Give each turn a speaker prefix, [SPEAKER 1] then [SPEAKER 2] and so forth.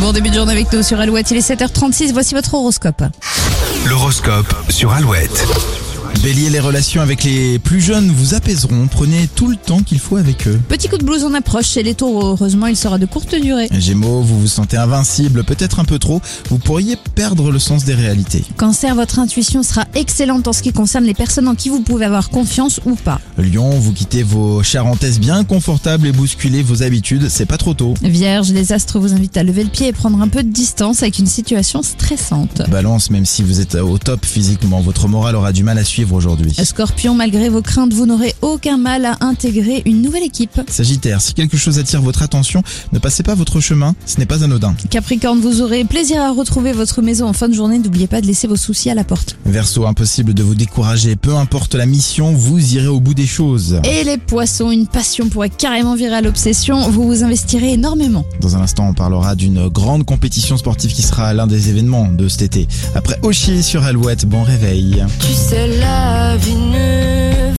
[SPEAKER 1] Bon début de journée avec nous sur Alouette, il est 7h36, voici votre horoscope.
[SPEAKER 2] L'horoscope sur Alouette.
[SPEAKER 3] Bélier, les relations avec les plus jeunes vous apaiseront. Prenez tout le temps qu'il faut avec eux.
[SPEAKER 1] Petit coup de blues en approche chez les taureaux, heureusement il sera de courte durée.
[SPEAKER 3] Gémeaux, vous vous sentez invincible, peut-être un peu trop. Vous pourriez perdre le sens des réalités.
[SPEAKER 1] Cancer, votre intuition sera excellente en ce qui concerne les personnes en qui vous pouvez avoir confiance ou pas.
[SPEAKER 3] Lion, vous quittez vos charentaises bien confortables et bousculez vos habitudes. C'est pas trop tôt.
[SPEAKER 1] Vierge, les astres vous invitent à lever le pied et prendre un peu de distance avec une situation stressante.
[SPEAKER 3] Balance, même si vous êtes au top physiquement, votre morale aura du mal à suivre aujourd'hui.
[SPEAKER 1] Scorpion, malgré vos craintes, vous n'aurez aucun mal à intégrer une nouvelle équipe.
[SPEAKER 3] Sagittaire, si quelque chose attire votre attention, ne passez pas votre chemin, ce n'est pas anodin.
[SPEAKER 1] Capricorne, vous aurez plaisir à retrouver votre maison en fin de journée, n'oubliez pas de laisser vos soucis à la porte.
[SPEAKER 3] Verseau, impossible de vous décourager, peu importe la mission, vous irez au bout des choses.
[SPEAKER 1] Et les poissons, une passion pourrait carrément virer à l'obsession, vous vous investirez énormément.
[SPEAKER 3] Dans un instant, on parlera d'une grande compétition sportive qui sera l'un des événements de cet été. Après Ochier sur Alouette, bon réveil.
[SPEAKER 4] Tu sais là